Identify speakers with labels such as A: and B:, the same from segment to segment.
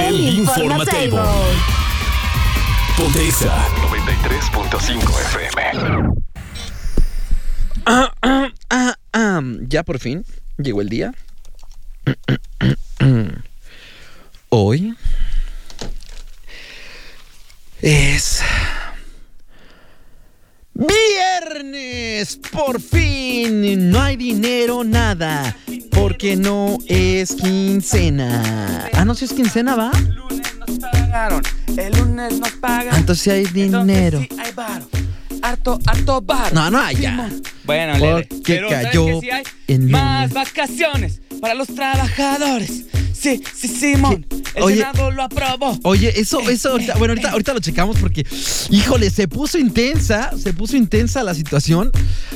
A: El Informatable. Ponte Exa
B: 93.5 FM.
C: Ah, ah, ah, ah. Ya por fin llegó el día. Hoy es viernes. Por fin no hay dinero nada porque no es quincena. Ah, no si es quincena, va.
D: lunes nos pagaron, el lunes nos
C: Ah,
D: pagaron.
C: entonces sí hay
D: Entonces
C: dinero.
D: sí hay varo. Harto, harto varo.
C: No, no hay ya.
D: Simón. Bueno, Lele.
C: Porque
D: Pero ¿sabes
C: cayó
D: qué sí hay?
C: en
D: más
C: lunes.
D: vacaciones para los trabajadores. Sí, sí, Simón.
C: ¿Qué?
D: El
C: Oye. Oh.
D: Senado lo aprobó.
C: Oye, eso, eso, ahorita, bueno, ahorita, ahorita lo checamos porque, híjole, se puso intensa, se puso intensa la situación.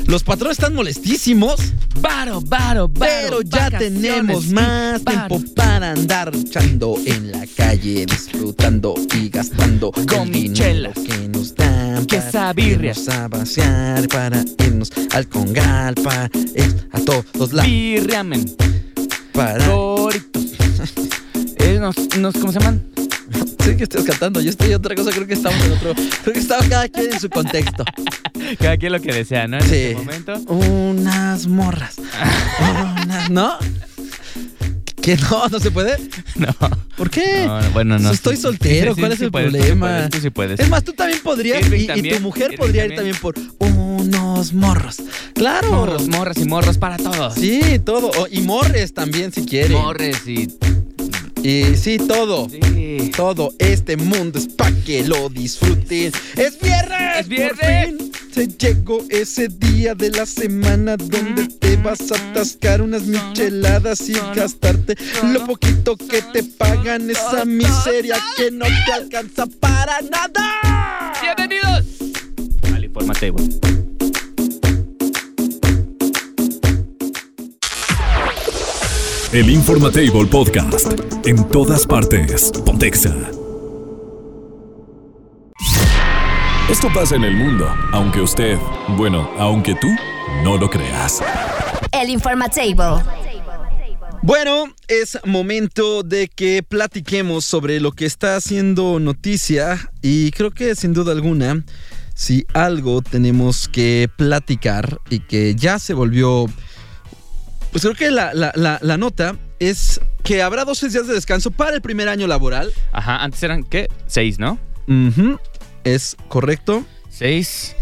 C: Los patrones están molestísimos,
D: Varo, varo, varo.
C: pero ya
D: vacaciones
C: tenemos
D: y
C: más
D: varo.
C: tiempo para andar luchando en la calle, disfrutando y gastando
D: Con
C: el dinero
D: chelas.
C: que nos dan.
D: Que
C: para
D: sabirrias.
C: irnos a pasear, para irnos al congal, para ir a todos lados,
D: Birriamen,
C: para...
D: doritos. Eh, nos, nos, ¿Cómo se llaman?
C: Sí que estás cantando, yo estoy en otra cosa, creo que estamos en otro... Creo que estaba cada quien en su contexto.
D: Cada quien lo que desea, ¿no? En
C: Sí.
D: este momento.
C: Unas morras. Unas- ¿No? ¿Que no? ¿No se puede?
D: No.
C: ¿Por qué?
D: No, no, bueno, no,
C: Si Estoy
D: sí, sí,
C: soltero,
D: sí,
C: ¿cuál
D: sí,
C: es
D: sí
C: el
D: puedes, tú sí
C: problema?
D: puedes, tú sí puedes.
C: Es más, tú también podrías
D: Irving
C: y- y,
D: también,
C: tu mujer
D: Irving
C: podría ir
D: también.
C: también por unos morros. Claro.
D: Morros, morras y morros para todos.
C: Sí, todo. O- y morres también si quieren.
D: Morres y.
C: Y sí, todo.
D: Sí.
C: Todo este mundo es pa' que lo disfruten. ¡Es viernes!
D: ¡Es viernes!
C: Por fin se llegó ese día de la semana donde
D: Mm,
C: te vas a atascar unas micheladas y
D: solo,
C: gastarte lo
D: solo,
C: poquito que te
D: solo,
C: pagan esa
D: solo,
C: miseria que no te alcanza para nada.
D: Bienvenidos al Informatable.
A: El Informatable Podcast en todas partes. Pontexa. Esto pasa en el mundo, aunque usted, bueno, aunque tú no lo creas.
E: El Informatable.
C: Bueno, es momento de que platiquemos sobre lo que está haciendo noticia y creo que sin duda alguna, si algo tenemos que platicar y que ya se volvió, pues creo que la, la- la- la nota es que habrá 12 días de descanso para el primer año laboral.
D: Ajá, antes eran, ¿qué? Seis, ¿no?
C: Ujú, Es correcto.
D: Seis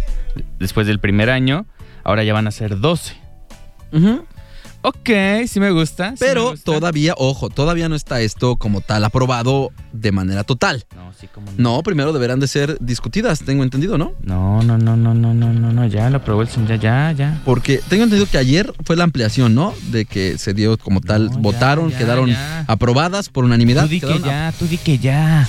D: después del primer año. Ahora ya van a ser doce.
C: Ujú.
D: Ok, sí me gusta. sí me
C: Pero
D: gusta.
C: todavía, ojo, todavía no está esto como tal aprobado de manera total.
D: No, sí, como.
C: No, primero deberán de ser discutidas, tengo entendido, ¿no?
D: No, no, no, no, no, no, no, no, ya lo aprobó el sen- ya, ya, ya.
C: Porque tengo entendido que ayer fue la ampliación, ¿no? De que se dio como tal,
D: No, ya,
C: votaron,
D: ya,
C: quedaron
D: ya.
C: aprobadas por unanimidad.
D: Tú di que
C: quedaron a-
D: ya, tú di que ya.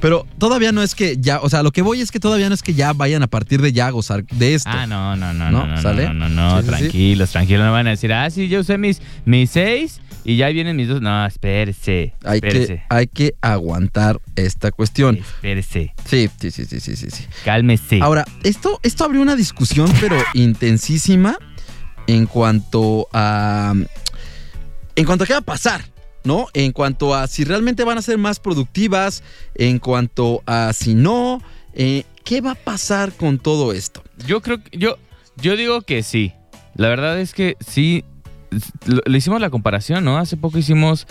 C: Pero todavía no es que ya, o sea, lo que voy es que todavía no es que ya vayan a partir de ya a gozar de esto.
D: Ah, no, no, no,
C: ¿No?
D: no, no,
C: ¿Sale?
D: no, no, no,
C: Sí, sí, sí.
D: tranquilos, tranquilos, no van a decir, ah, sí, yo usé mis, mis seis y ya vienen mis dos. No, espérese,
C: hay, que, Ah,
D: espérese,
C: hay que aguantar esta cuestión.
D: espérese,
C: Sí, sí, sí, sí, sí, sí. sí.
D: cálmese.
C: Ahora, esto, esto abrió una discusión, pero intensísima, en cuanto a. En cuanto a qué va a pasar, ¿no? En cuanto a si realmente van a ser más productivas, en cuanto a si no. eh, ¿Qué va a pasar con todo esto?
D: Yo creo que, yo, yo digo que sí. La verdad es que sí. s- lo- Le hicimos la comparación, ¿no? Hace poco hicimos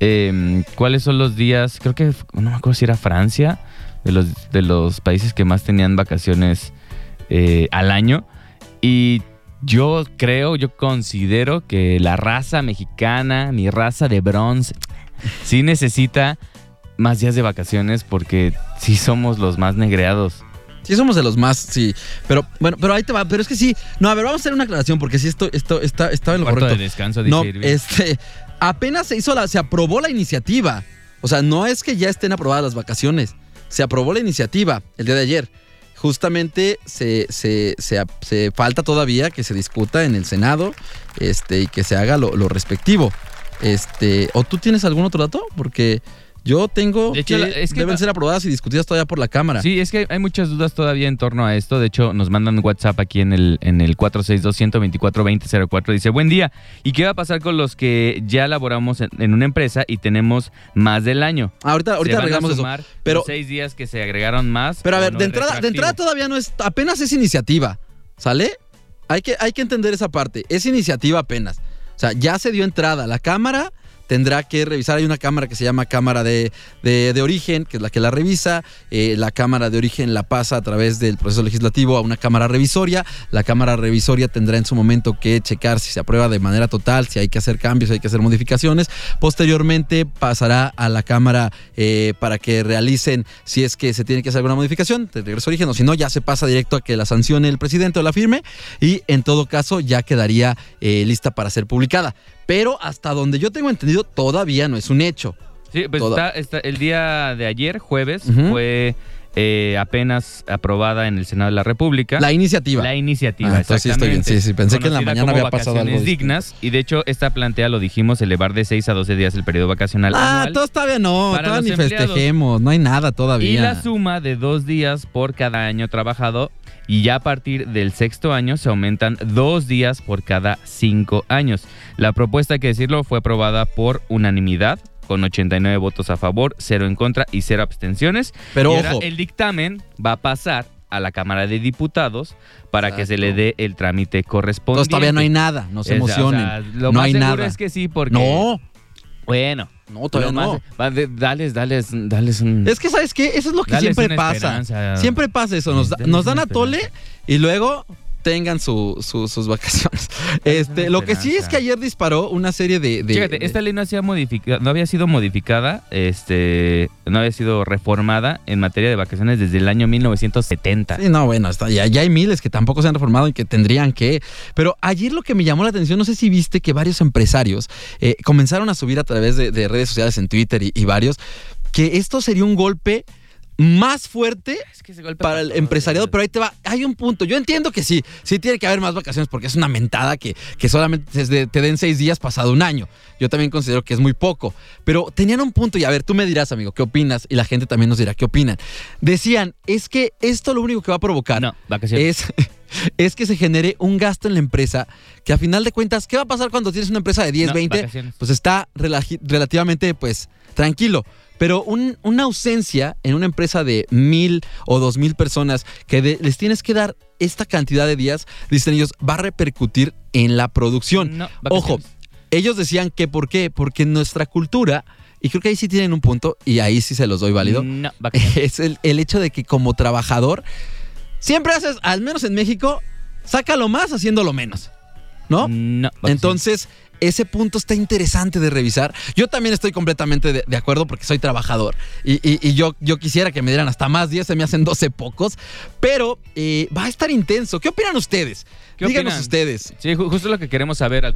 D: eh, cuáles son los días. Creo que f- no me acuerdo si era Francia, de los, de los países que más tenían vacaciones eh, al año. Y yo creo, yo considero que la raza mexicana, mi raza de bronce, sí necesita más días de vacaciones porque sí somos los más negreados.
C: Sí, somos de los más, sí. Pero bueno, pero ahí te va. Pero es que sí. No, a ver, vamos a hacer una aclaración porque sí, esto, esto está, estaba en lo
D: Cuarto
C: correcto.
D: de descanso, dice
C: no,
D: Irving.
C: este. Apenas se hizo la. Se aprobó la iniciativa. O sea, no es que ya estén aprobadas las vacaciones. Se aprobó la iniciativa el día de ayer. Justamente se, se, se, se falta todavía que se discuta en el Senado este, y que se haga lo, lo respectivo. Este, ¿O tú tienes algún otro dato? Porque yo tengo
D: De hecho,
C: que,
D: la- es que
C: deben
D: la-
C: ser aprobadas y discutidas todavía por la Cámara.
D: Sí, es que hay- hay muchas dudas todavía en torno a esto. De hecho, nos mandan un WhatsApp aquí en el, en el 462-124-2004. Dice, buen día. ¿Y qué va a pasar con los que ya laboramos en, en una empresa y tenemos más del año?
C: Ah, Ahorita, ahorita
D: se van
C: arreglamos
D: a
C: eso.
D: sumar
C: pero-
D: los seis días que se agregaron más.
C: Pero a
D: o
C: ver,
D: no
C: de
D: es
C: entrada, de entrada
D: retroactivo.
C: todavía no es, apenas es iniciativa, ¿sale? Hay que, hay que entender esa parte, es iniciativa apenas. O sea, ya se dio entrada, la cámara tendrá que revisar, hay una cámara que se llama cámara de, de, de origen, que es la que la revisa, Eh, la cámara de origen la pasa a través del proceso legislativo a una cámara revisoria, la cámara revisoria tendrá en su momento que checar si se aprueba de manera total, si hay que hacer cambios, si hay que hacer modificaciones, posteriormente pasará a la cámara eh, para que realicen si es que se tiene que hacer alguna modificación de regreso a origen o si no ya se pasa directo a que la sancione el presidente o la firme y en todo caso ya quedaría eh, lista para ser publicada. Pero hasta donde yo tengo entendido todavía no es un hecho.
D: Sí, pues
C: toda-
D: está, está- el día de ayer, jueves,
C: Ujú.
D: fue eh, apenas aprobada en el Senado de la República.
C: La iniciativa.
D: La iniciativa,
C: Ah, entonces sí estoy bien.
D: exactamente.
C: Sí, sí, pensé que en la
D: Conocida
C: mañana
D: como
C: había pasado
D: vacaciones
C: algo distinto.
D: dignas y de hecho esta plantea, lo dijimos, elevar de 6 a 12 días el periodo vacacional
C: ah,
D: anual
C: todos todavía no,
D: para
C: todavía ni
D: los empleados.
C: festejemos, no hay nada todavía.
D: y la suma de dos días por cada año trabajado y ya a partir del sexto año se aumentan dos días por cada cinco años. La propuesta, hay que decirlo, fue aprobada por unanimidad con 89 votos a favor, cero en contra y cero abstenciones.
C: Pero
D: Y
C: ojo,
D: ahora el dictamen va a pasar a la Cámara de Diputados para que se le
C: Exacto.
D: dé el trámite correspondiente.
C: entonces todavía no hay nada, no se
D: O sea, o
C: emocionen.
D: sea, lo
C: no
D: más
C: hay
D: seguro
C: nada.
D: es que sí, porque...
C: No,
D: Bueno.
C: no, todavía
D: lo
C: no.
D: más- va de- dales, dales, dales un...
C: Es que, ¿sabes qué? Eso es lo que
D: Dales
C: siempre
D: una
C: pasa.
D: esperanza.
C: Siempre pasa eso. Nos, da-
D: Dales
C: nos
D: una
C: dan a tole y luego tengan su- su- sus vacaciones. Este,
D: una
C: lo que sí es
D: esperanza.
C: que ayer disparó una serie de. de-
D: Fíjate,
C: de-
D: esta ley no, hacía modifica- no había sido modificada, este, no había sido reformada en materia de vacaciones desde el año 1970.
C: Sí, no, bueno, está- ya, ya hay miles que tampoco se han reformado y que tendrían que. Pero ayer lo que me llamó la atención, no sé si viste que varios empresarios eh, comenzaron a subir a través de, de redes sociales en Twitter y, y varios, que esto sería un golpe más fuerte
D: Es que ese golpe
C: para el
D: pasó,
C: empresariado,
D: Dios.
C: pero ahí te va. Hay un punto. Yo entiendo que sí, sí tiene que haber más vacaciones porque es una mentada que, que solamente te- te den seis días pasado un año. Yo también considero que es muy poco. Pero tenían un punto y a ver, tú me dirás, amigo, ¿qué opinas? Y la gente también nos dirá, ¿qué opinan? Decían, es que esto lo único que va a provocar
D: No, vacaciones.
C: es, es que se genere un gasto en la empresa que a final de cuentas, ¿qué va a pasar cuando tienes una empresa de 10,
D: No,
C: 20?
D: vacaciones.
C: Pues está relaji- relativamente, pues, tranquilo. Pero un- una ausencia en una empresa de mil o dos mil personas que de- les tienes que dar esta cantidad de días, dicen ellos, va a repercutir en la producción.
D: No,
C: Ojo,
D: vacaciones.
C: ellos decían que por qué, porque nuestra cultura, y creo que ahí sí tienen un punto, y ahí sí se los doy válido,
D: No, vacaciones.
C: es el, el hecho de que como trabajador, siempre haces, al menos en México, saca lo más haciendo lo menos, ¿no?
D: No, vacaciones.
C: Entonces, ese punto está interesante de revisar. Yo también estoy completamente de, de acuerdo porque soy trabajador y, y- y yo, yo quisiera que me dieran hasta más 10, se me hacen 12 pocos, pero eh, va a estar intenso. ¿Qué opinan ustedes?
D: ¿Qué
C: Díganos
D: opinan?
C: ustedes.
D: Sí, ju- justo lo que queremos saber, al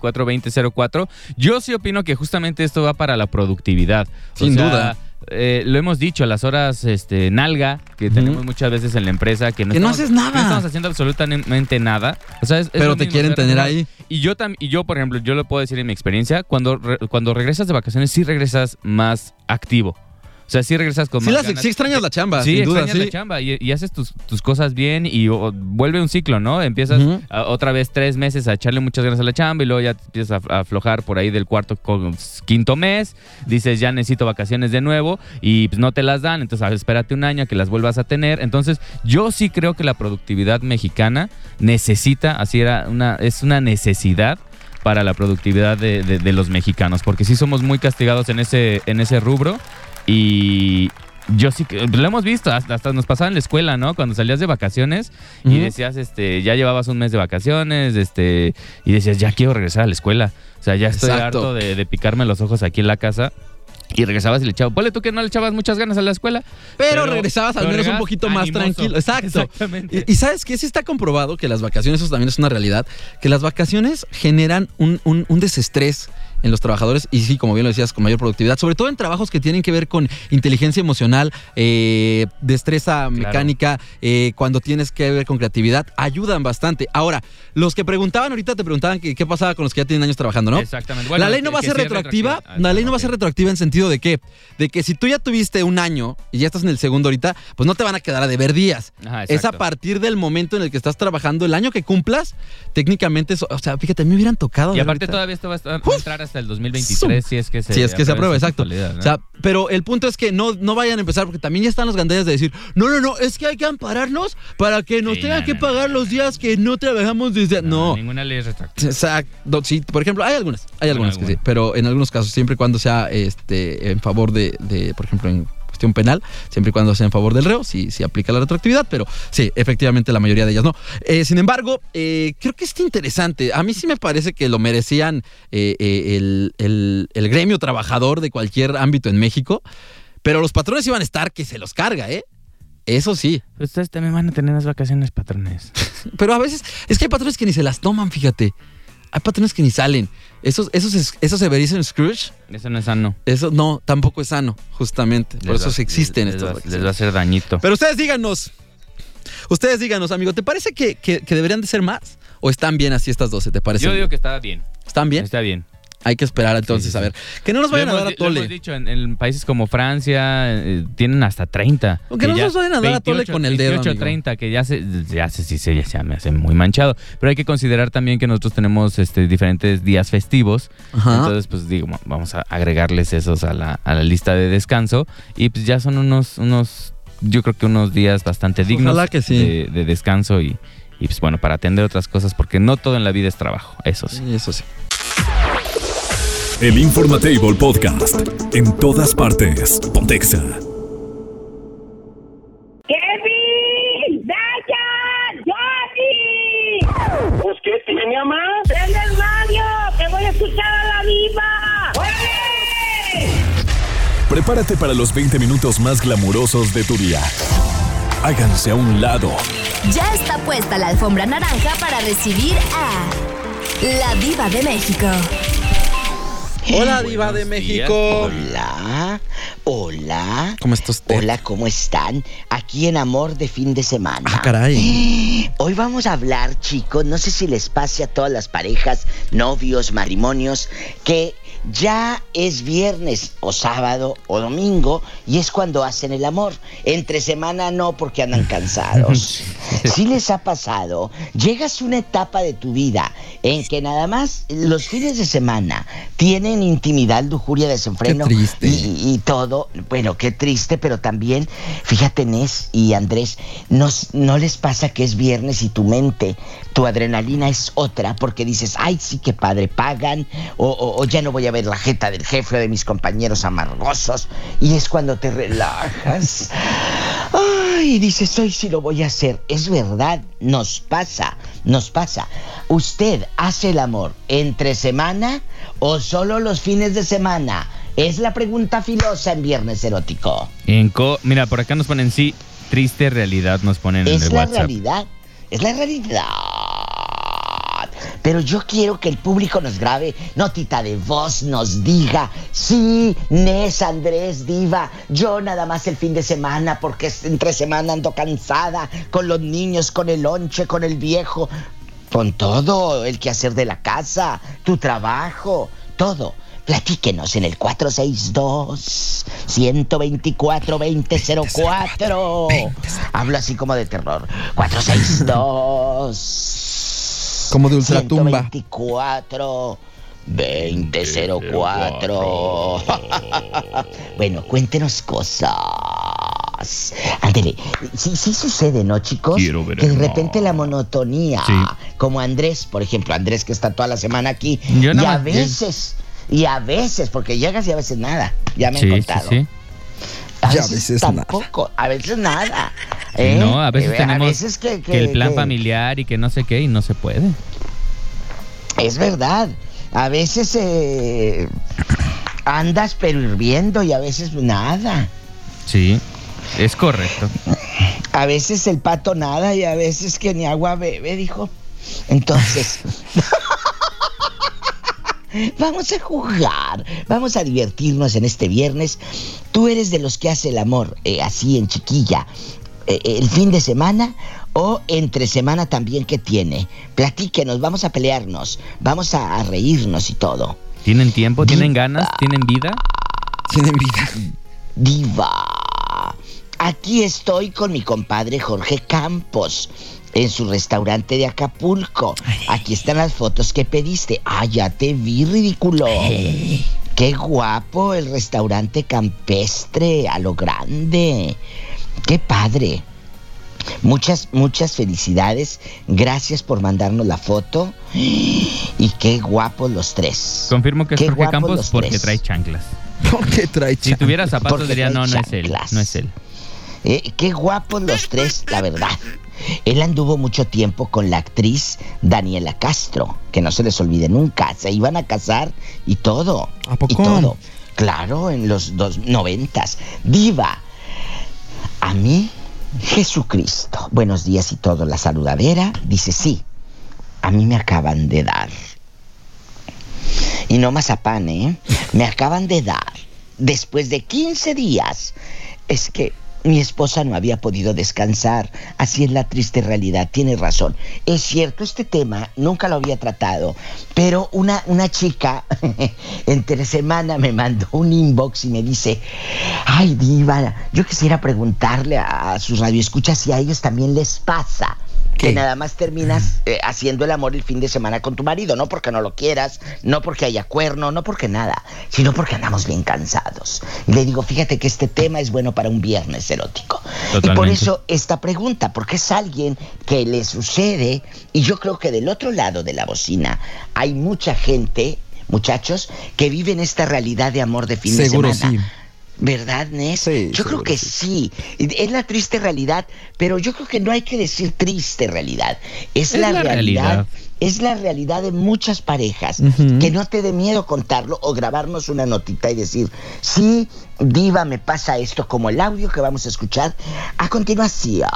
D: 462-124-2004. Yo sí opino que justamente esto va para la productividad.
C: Sin duda.
D: eh, lo hemos dicho, las horas este, nalga que
C: Ujú.
D: tenemos muchas veces en la empresa, que no,
C: Que no
D: estamos-
C: haces nada.
D: no estamos haciendo absolutamente nada. O sea, es- es
C: Pero
D: lo
C: te
D: mismo,
C: quieren
D: o sea,
C: tener
D: no-
C: ahí.
D: Y yo, tam- y yo, por ejemplo, yo lo puedo decir en mi experiencia, cuando, re- cuando regresas de vacaciones, sí regresas más activo. O sea, sí regresas con
C: Sí,
D: más
C: las,
D: ganas.
C: sí extrañas la chamba,
D: Sí,
C: sin duda.
D: extrañas
C: sí.
D: la chamba y, y haces tus, tus cosas bien y o- vuelve un ciclo, ¿no? Empiezas
C: Ujú.
D: a- otra vez tres meses a echarle muchas ganas a la chamba y luego ya te empiezas a, a aflojar por ahí del cuarto con quinto mes. Dices, ya necesito vacaciones de nuevo y pues, no te las dan. Entonces, a ver, espérate un año a que las vuelvas a tener. Entonces, yo sí creo que la productividad mexicana necesita, así era, una, es una necesidad para la productividad de, de- de los mexicanos, porque sí somos muy castigados en ese, en ese rubro y yo sí que lo hemos visto, hasta, hasta nos pasaba en la escuela, ¿no? Cuando salías de vacaciones y
C: Ujú.
D: decías, este, ya llevabas un mes de vacaciones, este, y decías, ya quiero regresar a la escuela, o sea, ya estoy
C: Exacto.
D: harto de, de picarme los ojos aquí en la casa. Y regresabas y le echabas. Ponle tú que no le echabas muchas ganas a la escuela.
C: Pero, regresabas al
D: pero
C: menos un
D: regresabas
C: poquito más
D: animoso.
C: tranquilo. Exacto.
D: Exactamente.
C: Y, y sabes que sí está comprobado que las vacaciones, eso también es una realidad, que las vacaciones generan un, un- un desestrés en los trabajadores y sí, como bien lo decías, con mayor productividad, sobre todo en trabajos que tienen que ver con inteligencia emocional, eh, destreza mecánica, eh, cuando tienes que ver con creatividad, ayudan bastante. Ahora, los que preguntaban ahorita te preguntaban que- qué pasaba con los que ya tienen años trabajando, ¿no?
D: Exactamente. Bueno,
C: la ley no
D: que-
C: va a
D: que
C: ser
D: sí es
C: retroactiva.
D: retroactiva.
C: La ley no
D: Ah,
C: va a ser
D: ok.
C: retroactiva en sentido de qué? De que si tú ya tuviste un año y ya estás en el segundo ahorita, pues no te van a quedar a deber días.
D: Ajá,
C: Es a
D: exacto.
C: partir del momento en el que estás trabajando, el año que cumplas, técnicamente, eso- o sea, fíjate, a mí me hubieran tocado.
D: Y aparte
C: ahorita.
D: todavía esto va a, estar- va a entrar hasta el 2023 si es que se
C: Si es que se aprueba,
D: en su
C: exacto.
D: totalidad, ¿no?
C: O sea, pero el punto es que no, no vayan a empezar, porque también ya están los gandallas de decir, no, no, no, es que hay que ampararnos para que nos
D: Sí,
C: tengan
D: no,
C: que
D: no,
C: pagar
D: no,
C: los días que no trabajamos desde. no.
D: Ninguna ley es retroactiva.
C: Exacto, sí, por ejemplo, hay algunas, hay
D: Bueno,
C: algunas que sí,
D: alguna.
C: pero en algunos casos, siempre y cuando sea este, en favor de, de, por ejemplo, en cuestión penal, siempre y cuando sea en favor del reo, sí, sí aplica la retroactividad, pero sí, efectivamente la mayoría de ellas no. Eh, sin embargo, eh, creo que está interesante, a mí sí me parece que lo merecían eh, eh, el, el- el gremio trabajador de cualquier ámbito en México, pero los patrones iban a estar que se los carga, ¿eh? Eso sí,
D: Ustedes también van a tener las vacaciones patrones.
C: pero a veces es que hay patrones que ni se las toman, fíjate. Hay patrones que ni salen. Esos, esos, esos Eberizon Scrooge,
D: Eso no es sano.
C: eso no, tampoco es sano, justamente. Por
D: Les
C: eso
D: va-
C: sí existen
D: les- les
C: estos.
D: va- Les va a hacer dañito.
C: Pero ustedes díganos, ustedes díganos, amigo, ¿te parece que, que- que deberían de ser más? ¿O están bien así estas 12? ¿Te parece?
D: Yo digo que está bien.
C: ¿Están bien?
D: Está bien.
C: Hay que esperar entonces,
D: sí,
C: a
D: sí.
C: ver. Que no nos vayan
D: Lo
C: a dar
D: hemos
C: a
D: di- lo hemos
C: tole.
D: dicho, en, en países como Francia eh, tienen hasta 30.
C: Aunque
D: Que
C: no
D: ya
C: nos vayan a dar a tole con el dedo,
D: 28,
C: amigo.
D: 30, que ya se, ya se, sí, se- ya se me hace muy manchado. Pero hay que considerar también que nosotros tenemos este, diferentes días festivos.
C: Ajá.
D: Entonces, pues digo, ma- vamos a agregarles esos a la, a la lista de descanso. Y pues ya son unos, unos yo creo que unos días bastante dignos
C: Ojalá que sí.
D: de, de descanso y, y pues bueno, para atender otras cosas, porque no todo en la vida es trabajo, eso sí.
C: Sí, Eso sí.
A: El Informatable Podcast. En todas partes. Pontexa.
F: ¡Kevin! ¡Dayan! ¡Johnny!
G: Pues qué tiene, mamá.
F: ¡Prende el radio! ¡Que voy a escuchar a la viva! ¡Oye!
A: Prepárate para los 20 minutos más glamurosos de tu día. Háganse a un lado.
E: Ya está puesta la alfombra naranja para recibir a la diva de México.
C: Hola, Diva de
D: días.
C: México.
H: Hola, hola.
C: ¿Cómo está usted?
H: Hola, ¿cómo están? Aquí en Amor de Fin de Semana.
C: Ah, caray.
H: Hoy vamos a hablar, chicos, no sé si les pase a todas las parejas, novios, matrimonios, que ya es viernes o sábado o domingo y es cuando hacen el amor. Entre semana no porque andan cansados. Si les ha pasado, llegas a una etapa de tu vida en que nada más los fines de semana tienen intimidad, lujuria, desenfreno
C: Qué triste.
H: y- y todo, bueno, qué triste, pero también, fíjate, Nes y Andrés, nos, no les pasa que es viernes y tu mente, tu adrenalina es otra, porque dices, ay, sí, que padre, pagan, o, o- o ya no voy a ver la jeta del jefe o de mis compañeros amargosos, y es cuando te relajas. Ay, dices, hoy sí lo voy a hacer. Es verdad, nos pasa, nos pasa. ¿Usted hace el amor entre semana o solo los fines de semana? Es la pregunta filosa en Viernes Erótico.
D: En co- Mira, por acá nos ponen sí, triste realidad nos ponen en
H: Es
D: el
H: la
D: WhatsApp.
H: realidad, es la realidad. Pero yo quiero que el público nos grabe notita de voz, nos diga, sí, Nes, Andrés, Diva, yo nada más el fin de semana, porque es- entre semana ando cansada, con los niños, con el lonche, con el viejo, con todo, el quehacer de la casa, tu trabajo, todo. Platíquenos en el 462-124-2004. Hablo así como de terror. 462.
C: Como de ultratumba.
H: 124 2004. bueno, cuéntenos cosas. Ándele. Sí, sí sucede, ¿no, chicos?
D: Quiero ver
H: que de
D: el mar.
H: repente la monotonía,
D: Sí.
H: como Andrés, por ejemplo, Andrés que está toda la semana aquí,
D: Yo
H: y
D: nada
H: a
D: más-
H: veces, y a veces, porque llegas y a veces nada. Ya me han
D: Sí, sí,
H: contado.
D: sí.
H: A
C: Y a
H: veces,
C: veces nada.
H: tampoco, a veces nada. ¿eh?
D: No, a veces
H: Eh,
D: tenemos
H: veces
D: que, el plan
H: que-
D: familiar y que no sé qué y no se puede.
H: Es verdad. A veces eh, Andas pero hirviendo y a veces nada.
D: Sí, es correcto.
H: A veces el pato nada y a veces que ni agua bebe, dijo. Entonces, vamos a jugar, vamos a divertirnos en este viernes. Tú eres de los que hace el amor eh, así en chiquilla, eh, el fin de semana o entre semana también que tiene. Platíquenos, vamos a pelearnos, vamos a, a reírnos y todo.
D: ¿Tienen tiempo? ¿Tienen ganas? ¿Tienen vida?
C: Tienen vida.
H: Diva. Aquí estoy con mi compadre Jorge Campos en su restaurante de Acapulco. Aquí están las fotos que pediste. Ah, ya te vi, ridículo. Qué guapo el restaurante campestre, a lo grande. Qué padre. Muchas, muchas felicidades. Gracias por mandarnos la foto. Y qué guapos los tres.
D: Confirmo que es
H: Qué
D: Jorge
H: guapos
D: Campos
H: los
D: porque
H: tres.
D: trae chanclas.
C: ¿Por qué trae
D: Si
C: chan-
D: tuviera zapatos
H: Porque
D: diría,
H: trae
D: no, no es él,
H: chanclas".
D: no es él.
H: Eh, qué guapos los tres, la verdad. Él anduvo mucho tiempo con la actriz Daniela Castro, que no se les olvide nunca. Se iban a casar y todo.
C: ¿A poco?
H: Y todo. Claro, en los dos noventas. Diva. A mí, Jesucristo. Buenos días y todo. La saludadera dice sí. A mí me acaban de dar. Y no mazapán, ¿eh? Me acaban de dar. Después de 15 días. Es que mi esposa no había podido descansar. Así es la triste realidad. Tiene razón. Es cierto, este tema nunca lo había tratado. Pero una, una chica entre semana me mandó un inbox y me dice: Ay, Diva, yo quisiera preguntarle a, a sus radioescuchas si a ellos también les pasa.
C: ¿Qué?
H: Que nada más terminas eh, haciendo el amor el fin de semana con tu marido, no porque no lo quieras, no porque haya cuerno, no porque nada, sino porque andamos bien cansados. Y le digo, fíjate que este tema es bueno para un viernes erótico. Y por
D: Totalmente.
H: eso esta pregunta, porque es alguien que le sucede, y yo creo que del otro lado de la bocina hay mucha gente, muchachos, que viven esta realidad de amor de fin
C: Seguro
H: de semana.
C: sí.
H: ¿Verdad, Nes?
C: Sí,
H: yo creo
C: seguro
H: que
C: sí.
H: sí. Es la triste realidad, pero yo creo que no hay que decir triste realidad. Es,
D: Es
H: la,
D: la
H: realidad,
D: realidad.
H: Es la realidad de muchas parejas.
C: Ujú.
H: Que no te dé miedo contarlo o grabarnos una notita y decir, sí, diva, me pasa esto, como el audio que vamos a escuchar a continuación.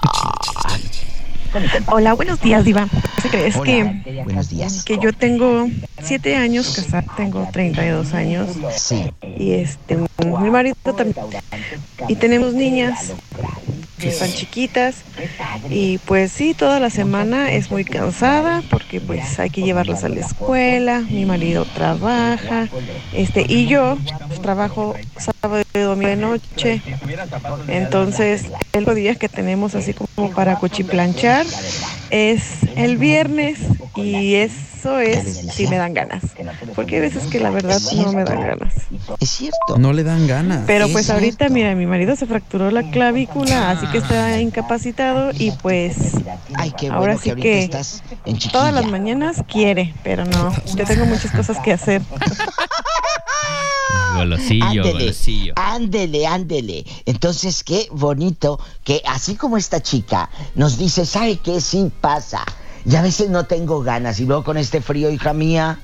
G: Hola, buenos días, Diva. ¿Qué crees
H: Hola,
G: que,
H: buenos días.
G: que yo tengo siete años casada, tengo 32 años
H: Sí.
G: y este mi marido también y tenemos niñas que están chiquitas y pues sí, toda la semana es muy cansada porque pues hay que llevarlas a la escuela, mi marido trabaja, este y yo pues, trabajo sábado y domingo de noche. Entonces, el único día que tenemos así como para cuchiplanchar es el viernes y eso es si me dan ganas. Porque hay veces que la verdad no me dan ganas.
H: Es cierto.
C: No le dan ganas.
G: Pero
H: Es
G: pues ahorita,
H: cierto.
G: mira, mi marido se fracturó la clavícula, así que
H: Ah.
G: está incapacitado y pues
H: Ay, qué bueno
G: Ahora
H: que
G: sí
H: ahorita
G: que
H: estás en chiquilla.
G: todas las mañanas quiere, pero no, yo tengo muchas cosas que hacer.
H: Ah,
D: Golosillo, golosillo.
H: ándele, ándele. Entonces, qué bonito que así como esta chica nos dice, ¿sabe qué? Sí pasa. Y a veces no tengo ganas. Y luego con este frío, hija mía,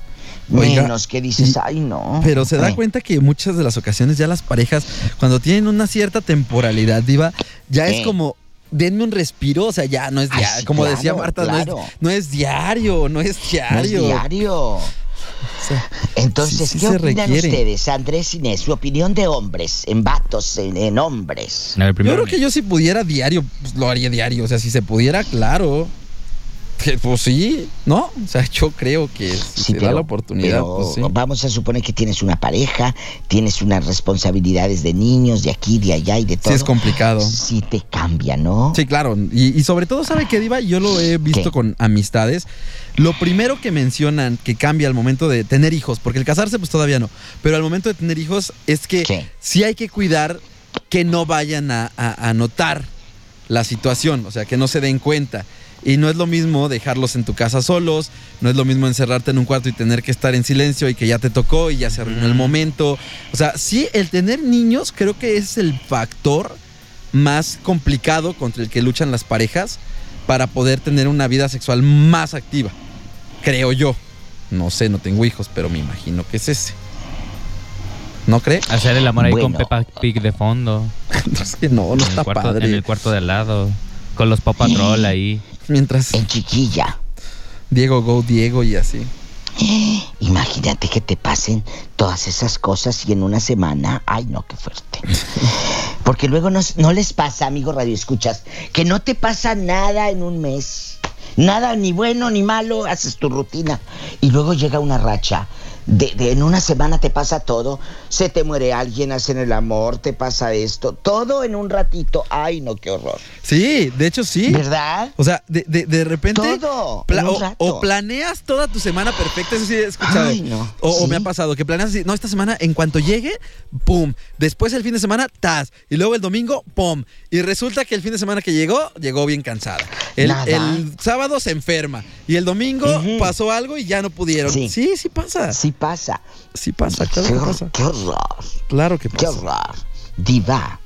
C: Oiga,
H: menos que dices,
C: y-
H: ay, no.
C: Pero se da
H: Eh,
C: cuenta que muchas de las ocasiones ya las parejas, cuando tienen una cierta temporalidad, diva, ya es
H: Eh.
C: como, denme un respiro, o sea, ya no es
H: Ay,
C: diario.
H: sí,
C: como
H: claro,
C: decía Marta, no,
H: claro.
C: es, no es diario, no es
H: no es
C: diario.
H: diario.
C: O sea,
H: Entonces,
C: sí, sí
H: ¿qué
C: se
H: opinan
C: requiere.
H: ustedes, Andrés Inés? Su opinión de hombres, en vatos, en, en hombres.
D: A ver,
C: yo
D: primero-
C: creo que yo si pudiera diario, pues, lo haría diario. O sea, si se pudiera, claro. Que, pues sí, ¿no? O sea, yo creo que si
H: Sí,
C: se da
H: pero-
C: la oportunidad,
H: pero
C: pues sí.
H: Vamos a suponer que tienes una pareja, tienes unas responsabilidades de niños, de aquí, de allá y de todo.
C: Sí es complicado.
H: Sí te cambia, ¿no?
C: Sí, claro. Y, y sobre todo, ¿sabe qué, Diva? Yo lo he visto
H: ¿Qué?
C: con amistades. Lo primero que mencionan que cambia al momento de tener hijos, porque el casarse, pues todavía no. Pero al momento de tener hijos es que
H: ¿Qué?
C: sí hay que cuidar que no vayan a, a- a notar la situación, o sea, que no se den cuenta. Y no es lo mismo dejarlos en tu casa solos, no es lo mismo encerrarte en un cuarto y tener que estar en silencio y que ya te tocó y ya se arruinó el momento. O sea, sí, el tener niños creo que es el factor más complicado contra el que luchan las parejas para poder tener una vida sexual más activa. Creo yo. No sé, no tengo hijos, pero me imagino que es ese. ¿No cree?
D: Hacer el amor ahí con
H: Bueno.
D: Peppa Pig de fondo.
C: Es que no, no
D: en,
C: está
D: el cuarto, en
C: padre.
D: el cuarto de al lado. Con los Paw Patrol ahí.
C: Mientras
D: Oh.
H: En chiquilla.
C: Diego Go, Diego y así.
H: Imagínate que te pasen todas esas cosas y en una semana, ay no, qué fuerte. Porque luego nos- no les pasa, amigo Radio Escuchas, que no te pasa nada en un mes. Nada ni bueno ni malo, haces tu rutina. Y luego llega una racha. De, de en una semana te pasa todo. Se te muere alguien, hacen el amor, te pasa esto. Todo en un ratito. Ay, no, qué horror.
C: Sí, de hecho sí.
H: ¿Verdad?
C: O sea, de, de, de repente.
H: Todo,
C: pla-
H: en un
C: o,
H: rato.
C: o planeas toda tu semana perfecta, eso sí he escuchado.
H: Ay, no,
C: o, o me ha
H: sí.
C: pasado que planeas así, no, esta semana, en cuanto llegue, pum. Después el fin de semana, tas. Y luego el domingo, pum. Y resulta que el fin de semana que llegó, llegó bien cansada. El,
H: Nada.
C: el sábado se enferma. Y el domingo pasó algo y ya no pudieron. Sí,
H: Sí.
C: sí, pasa. Sí,
H: Sí pasa.
C: pasa, claro
H: Qué
C: que
H: hor-
C: pasa.
H: qué horror.
C: Claro que
H: ¡Qué
C: pasa.
H: horror! Diva.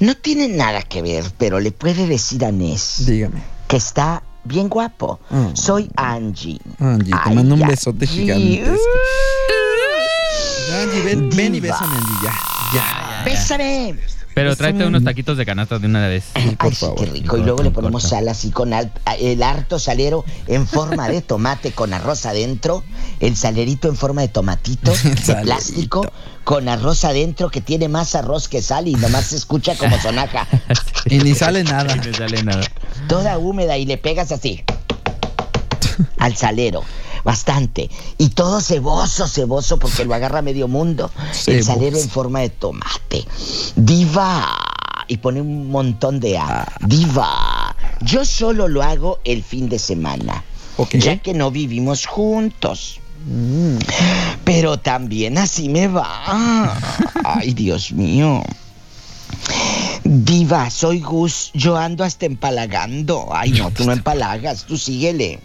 H: No tiene nada que ver, pero le puede decir a Nes
C: Dígame.
H: que está bien guapo.
C: Ah.
H: Soy Angie.
C: Angie, te mando un
H: Ay,
C: besote
H: Angie.
C: gigantesco. Ya, Angie, ven, ven y
H: Diva.
C: bésame, Angie, ya. Ya.
H: Bésame.
D: Pero tráete unos taquitos de canasta de una vez.
H: Ay, sí, qué rico. Y luego le ponemos
D: Corta.
H: sal así con al- a- el harto salero en forma de tomate con arroz adentro, el salerito en forma de tomatito de
C: Salerito.
H: plástico con arroz adentro que tiene más arroz que sal y nomás se escucha como sonaja.
C: Y ni sale nada.
D: Y no sale nada.
H: toda húmeda y le pegas así al salero, bastante. Y todo ceboso, ceboso, porque lo agarra medio mundo. El
C: Ceboso.
H: salero en forma de tomate. Diva. Y pone un montón de A. Diva. Yo solo lo hago el fin de semana.
C: Ok.
H: Ya que no vivimos juntos. Pero también así me va. Ay, Dios mío. Diva, soy Gus. Yo ando hasta empalagando. Ay, no, tú no empalagas, tú síguele.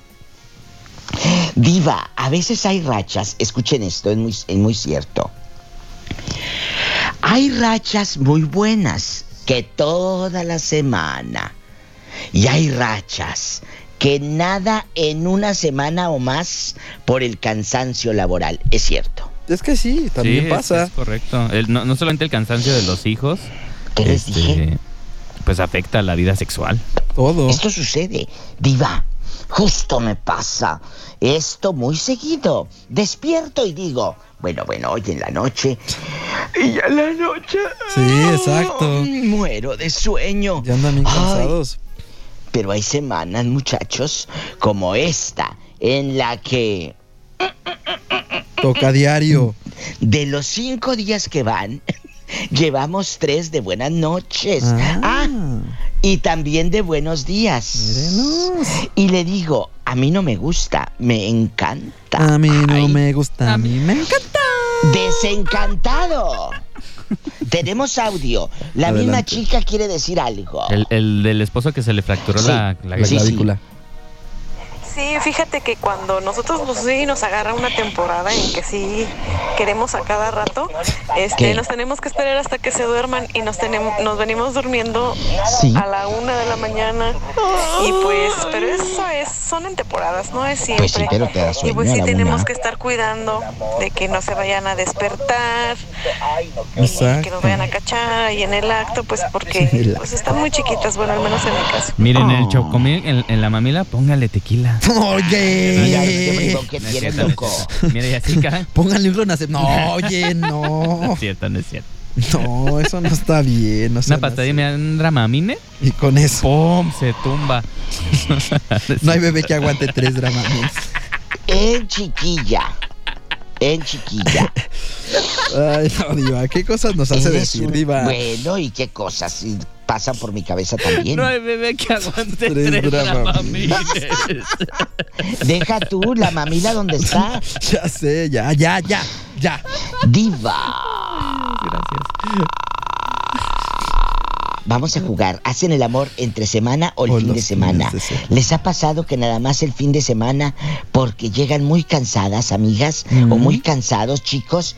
H: Diva, a veces hay rachas. Escuchen esto, es muy, es muy cierto. Hay rachas muy buenas que toda la semana. Y hay rachas que nada en una semana o más por el cansancio laboral. Es cierto.
C: Es que sí, también
D: Sí, es-
C: pasa.
D: Es, correcto. El- no, no solamente el cansancio de los hijos,
H: ¿Qué les
D: este,
H: dije?
D: pues afecta la vida sexual.
C: Todo.
H: Esto sucede, diva. Justo me pasa esto muy seguido. Despierto y digo, bueno, bueno, hoy en la noche. Y ya en la noche.
C: Sí, exacto.
H: Muero de sueño.
C: Ya andan bien
H: Ay,
C: cansados.
H: pero hay semanas, muchachos, como esta, en la que
C: Toca diario.
H: de los cinco días que van, llevamos tres de buenas noches.
C: Ah.
H: Ah, y también de buenos días.
C: Mírenos.
H: Y le digo, a mí no me gusta, me encanta.
C: A mí no
H: Ay,
C: me gusta, a mí me encanta.
H: Desencantado. Tenemos audio. La misma
C: Adelante.
H: chica quiere decir algo.
D: El, el del esposo que se le fracturó
H: Sí.
D: la,
C: La
D: la
H: Sí, sí.
C: clavícula.
G: Sí, fíjate que cuando nosotros nos, sí, nos agarra una temporada en que sí queremos a cada rato, este,
H: ¿Qué?
G: nos tenemos que esperar hasta que se duerman y nos tenemos, nos venimos durmiendo
H: Sí.
G: a la una de la mañana y pues, pero eso es, son en temporadas, no es siempre.
H: Pues sí, pero te da
G: y
H: sueño
G: pues
H: a
G: sí
H: la
G: tenemos
H: una.
G: que estar cuidando de que no se vayan a despertar, y que
C: Exacto.
G: nos vayan a cachar y en el acto, pues porque pues están muy chiquitas, bueno, al menos en mi caso.
D: Miren, el
H: Oh.
D: chocomil en, en la mamila, póngale tequila.
H: Mira, qué
C: Oye.
H: brinco que
D: No es
H: tiene,
D: cierto, no es
H: loco.
D: cierto. Mira, ya sí cae.
C: Póngale un clonazep. No, oye,
D: No
C: no.
D: es cierto, no es cierto.
C: No, eso no está bien. No
D: Una
C: sean
D: pastilla
C: así.
D: de meandra mamine,
C: Y con eso.
D: ¡pum! Se tumba.
C: No hay bebé que aguante tres dramas.
H: En chiquilla. En chiquilla.
C: Ay, no, Diva. ¿Qué cosas nos hace
H: Eres
C: decir,
H: un-
C: Diva?
H: Bueno, y qué cosas y pasan por mi cabeza también.
D: No hay bebé que aguante
C: Tres
D: tres
C: dramamines.
D: dramamines.
H: Deja tú la mamila donde está.
C: Ya sé, ya, ya, ya, ya.
H: Diva.
D: Gracias.
H: Vamos a jugar. ¿Hacen el amor entre semana o el
C: O
H: fin de
C: los
H: semana?
C: fines de semana.
H: ¿Les ha pasado que nada más el fin de semana porque llegan muy cansadas, amigas, o muy cansados, chicos?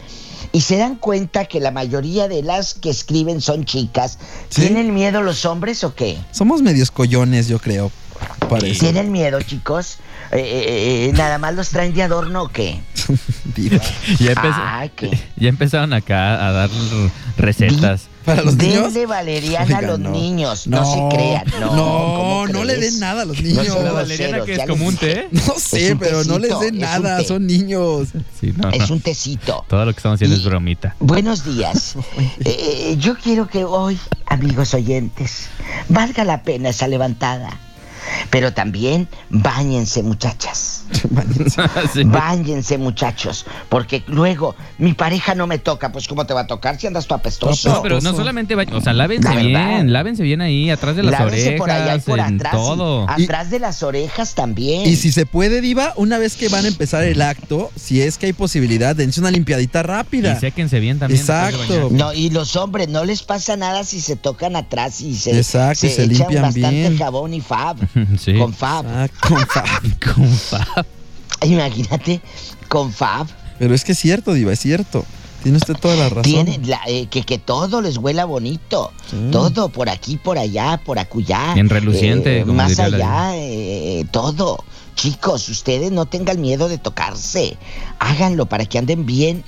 H: Y se dan cuenta que la mayoría de las que escriben son chicas.
C: Sí.
H: ¿Tienen miedo los hombres o qué?
C: Somos medios collones, yo creo. parece.
H: ¿Tienen miedo, chicos? Eh, eh, eh, ¿Nada más los traen de adorno o qué?
C: Diva.
D: Ya, empe-
H: Ay, qué.
D: ya empezaron acá a dar recetas.
C: Para los
H: Denle
C: niños.
H: valeriana
C: Oiga,
H: a los
C: no.
H: niños, no, se crean. No,
C: no,
H: ¿cómo
C: no le
H: crees?
C: den nada a los
H: No
C: niños.
H: sean
D: La
H: groseros,
D: valeriana que
H: ya
D: es
H: les
D: como un
H: dije.
D: té.
C: No sé,
H: un
C: pero no les
H: tecito,
C: den
H: es un
C: nada,
H: té.
C: son niños.
D: Sí, no,
H: Es
D: no.
H: un tecito.
D: Todo lo que estamos haciendo
H: Y-
D: es bromita.
H: Buenos días. Eh, yo quiero que hoy, amigos oyentes, valga la pena esa levantada. Pero también bañense, muchachas.
D: Sí.
H: Báñense, muchachos. Porque luego, mi pareja no me toca. Pues, ¿cómo te va a tocar si andas tú apestoso?
D: No, pues, pero no solamente baño, o sea, lávense
H: La verdad.
D: bien, lávense bien ahí, atrás de las
H: Lávense
D: orejas,
H: por allá y por
D: en
H: atrás.
D: todo.
H: y atrás de las orejas también.
C: Y si se puede, Diva, una vez que van a empezar el acto, si es que hay posibilidad, dense una limpiadita
D: Y,
C: rápida.
D: séquense bien también. después de
C: Exacto.
D: bañarse.
H: No, y los hombres no les pasa nada si se tocan atrás y se,
C: Exacto, y se
H: echan
C: limpian
H: bastante
C: bien.
H: jabón y fab.
D: Sí.
H: Con fab.
C: Ah, con fa-
D: Con fa-
H: Imagínate, con fab.
C: Pero es que es cierto, Diva, es cierto. Tiene usted toda la razón.
H: Tienen la- eh, que, que todo les huela bonito. Todo, por aquí, por allá, por acullá.
D: Bien reluciente, como
H: más
D: diría la
H: allá, eh, todo. Chicos, ustedes no tengan miedo de tocarse. Háganlo para que anden bien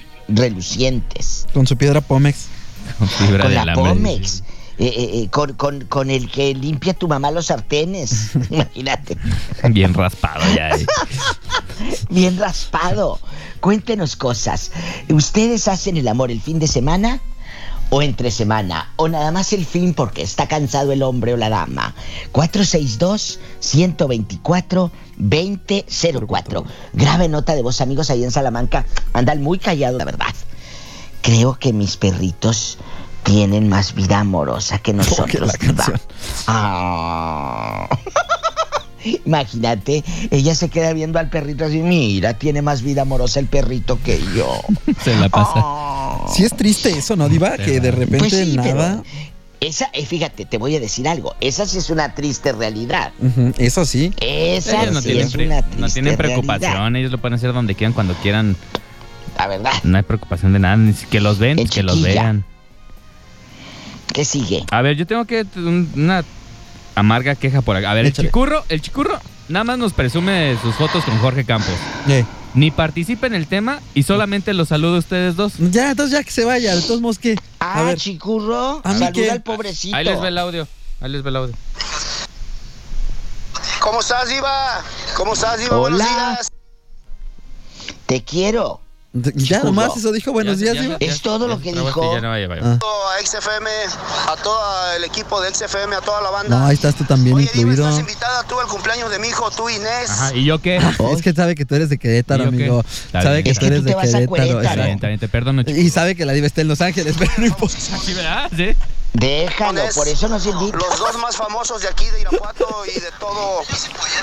H: relucientes.
C: Con su piedra Pomex.
D: con fibra
H: con
D: de
H: la
D: alambre.
H: Pomex. eh, eh, eh, con, con- con el que limpia tu mamá los sartenes. Imagínate.
D: Bien raspado ya. eh.
H: Pues, Bien raspado. Cuéntenos cosas. ¿Ustedes hacen el amor el fin de semana? O entre semana, o nada más el fin porque está cansado el hombre o la dama. 462-124-2004. Grave nota de voz, amigos, ahí en Salamanca. Andan muy callados, la verdad. Creo que mis perritos tienen más vida amorosa que nosotros.
C: la
H: diva.
C: canción.
H: Ah. Imagínate, ella se queda viendo al perrito así, mira, tiene más vida amorosa el perrito que yo.
D: Se la pasa.
H: Ah.
C: Sí es triste eso, ¿no, Diva? Que de repente
H: Pues sí, pero
C: nada.
H: Esa, eh, fíjate, te voy a decir algo, esa sí es una triste realidad.
C: Ujú, Eso sí.
H: Esa
D: Ellos no
H: sí
D: tienen,
H: es
D: pre-
H: una
D: no
H: triste
D: tienen
H: realidad,
D: preocupación, ellos lo pueden hacer donde quieran, cuando quieran.
H: La verdad,
D: No hay preocupación de nada, ni si- que los ven,
H: Eh,
D: que los
H: chiquilla.
D: vean.
H: ¿qué sigue?
D: A ver, yo tengo que t- un- una amarga queja por acá. A ver,
C: Échale.
D: el chicurro, el chicurro nada más nos presume sus fotos con Jorge Campos.
C: Eh,
D: Ni participa en el tema y solamente los saludo a ustedes dos.
C: Ya, entonces ya que se vaya, de todos modos que. A
H: Ah,
C: ver.
H: chicurro,
C: ¿a mí
H: saluda
C: qué?
H: al pobrecito.
D: Ahí les ve el audio. Ahí les ve el audio.
I: ¿Cómo estás, Iba? ¿Cómo estás, Iba? Buenos
H: Hola,
I: días.
H: te quiero.
C: Ya nomás eso dijo buenos
D: Ya se-
C: días,
D: ya
C: Diva.
D: se- ya
H: Es
D: se-
H: todo
D: ya
H: lo
D: se
H: que
D: trabó
H: dijo.
D: este, ya no vaya, vaya.
C: Ah.
I: A XFM, a todo el equipo de XFM, a toda la banda.
C: No, ahí estás tú también
I: Oye, Diva,
C: incluido.
I: estás invitada tú al cumpleaños de mi hijo, tú, Inés.
D: Ajá, ¿y yo qué?
C: Es que sabe que tú eres de Querétaro,
D: ¿Y yo qué?
C: amigo.
D: Está
C: Sabe
D: bien.
C: que
D: Es
C: tú
D: que
C: eres
H: tú
C: de
H: te vas a
C: Querétaro.
D: Está
H: Querétaro.
D: bien, está
C: exacto.
D: bien, te perdono,
C: Y
D: chicurro.
C: sabe que la diva está en Los Ángeles, pero no importa.
D: Sí, ¿verdad? Sí.
H: Déjalo,
I: Inés,
H: por eso nos invita.
I: Los dos más famosos de aquí, de Irapuato y de todo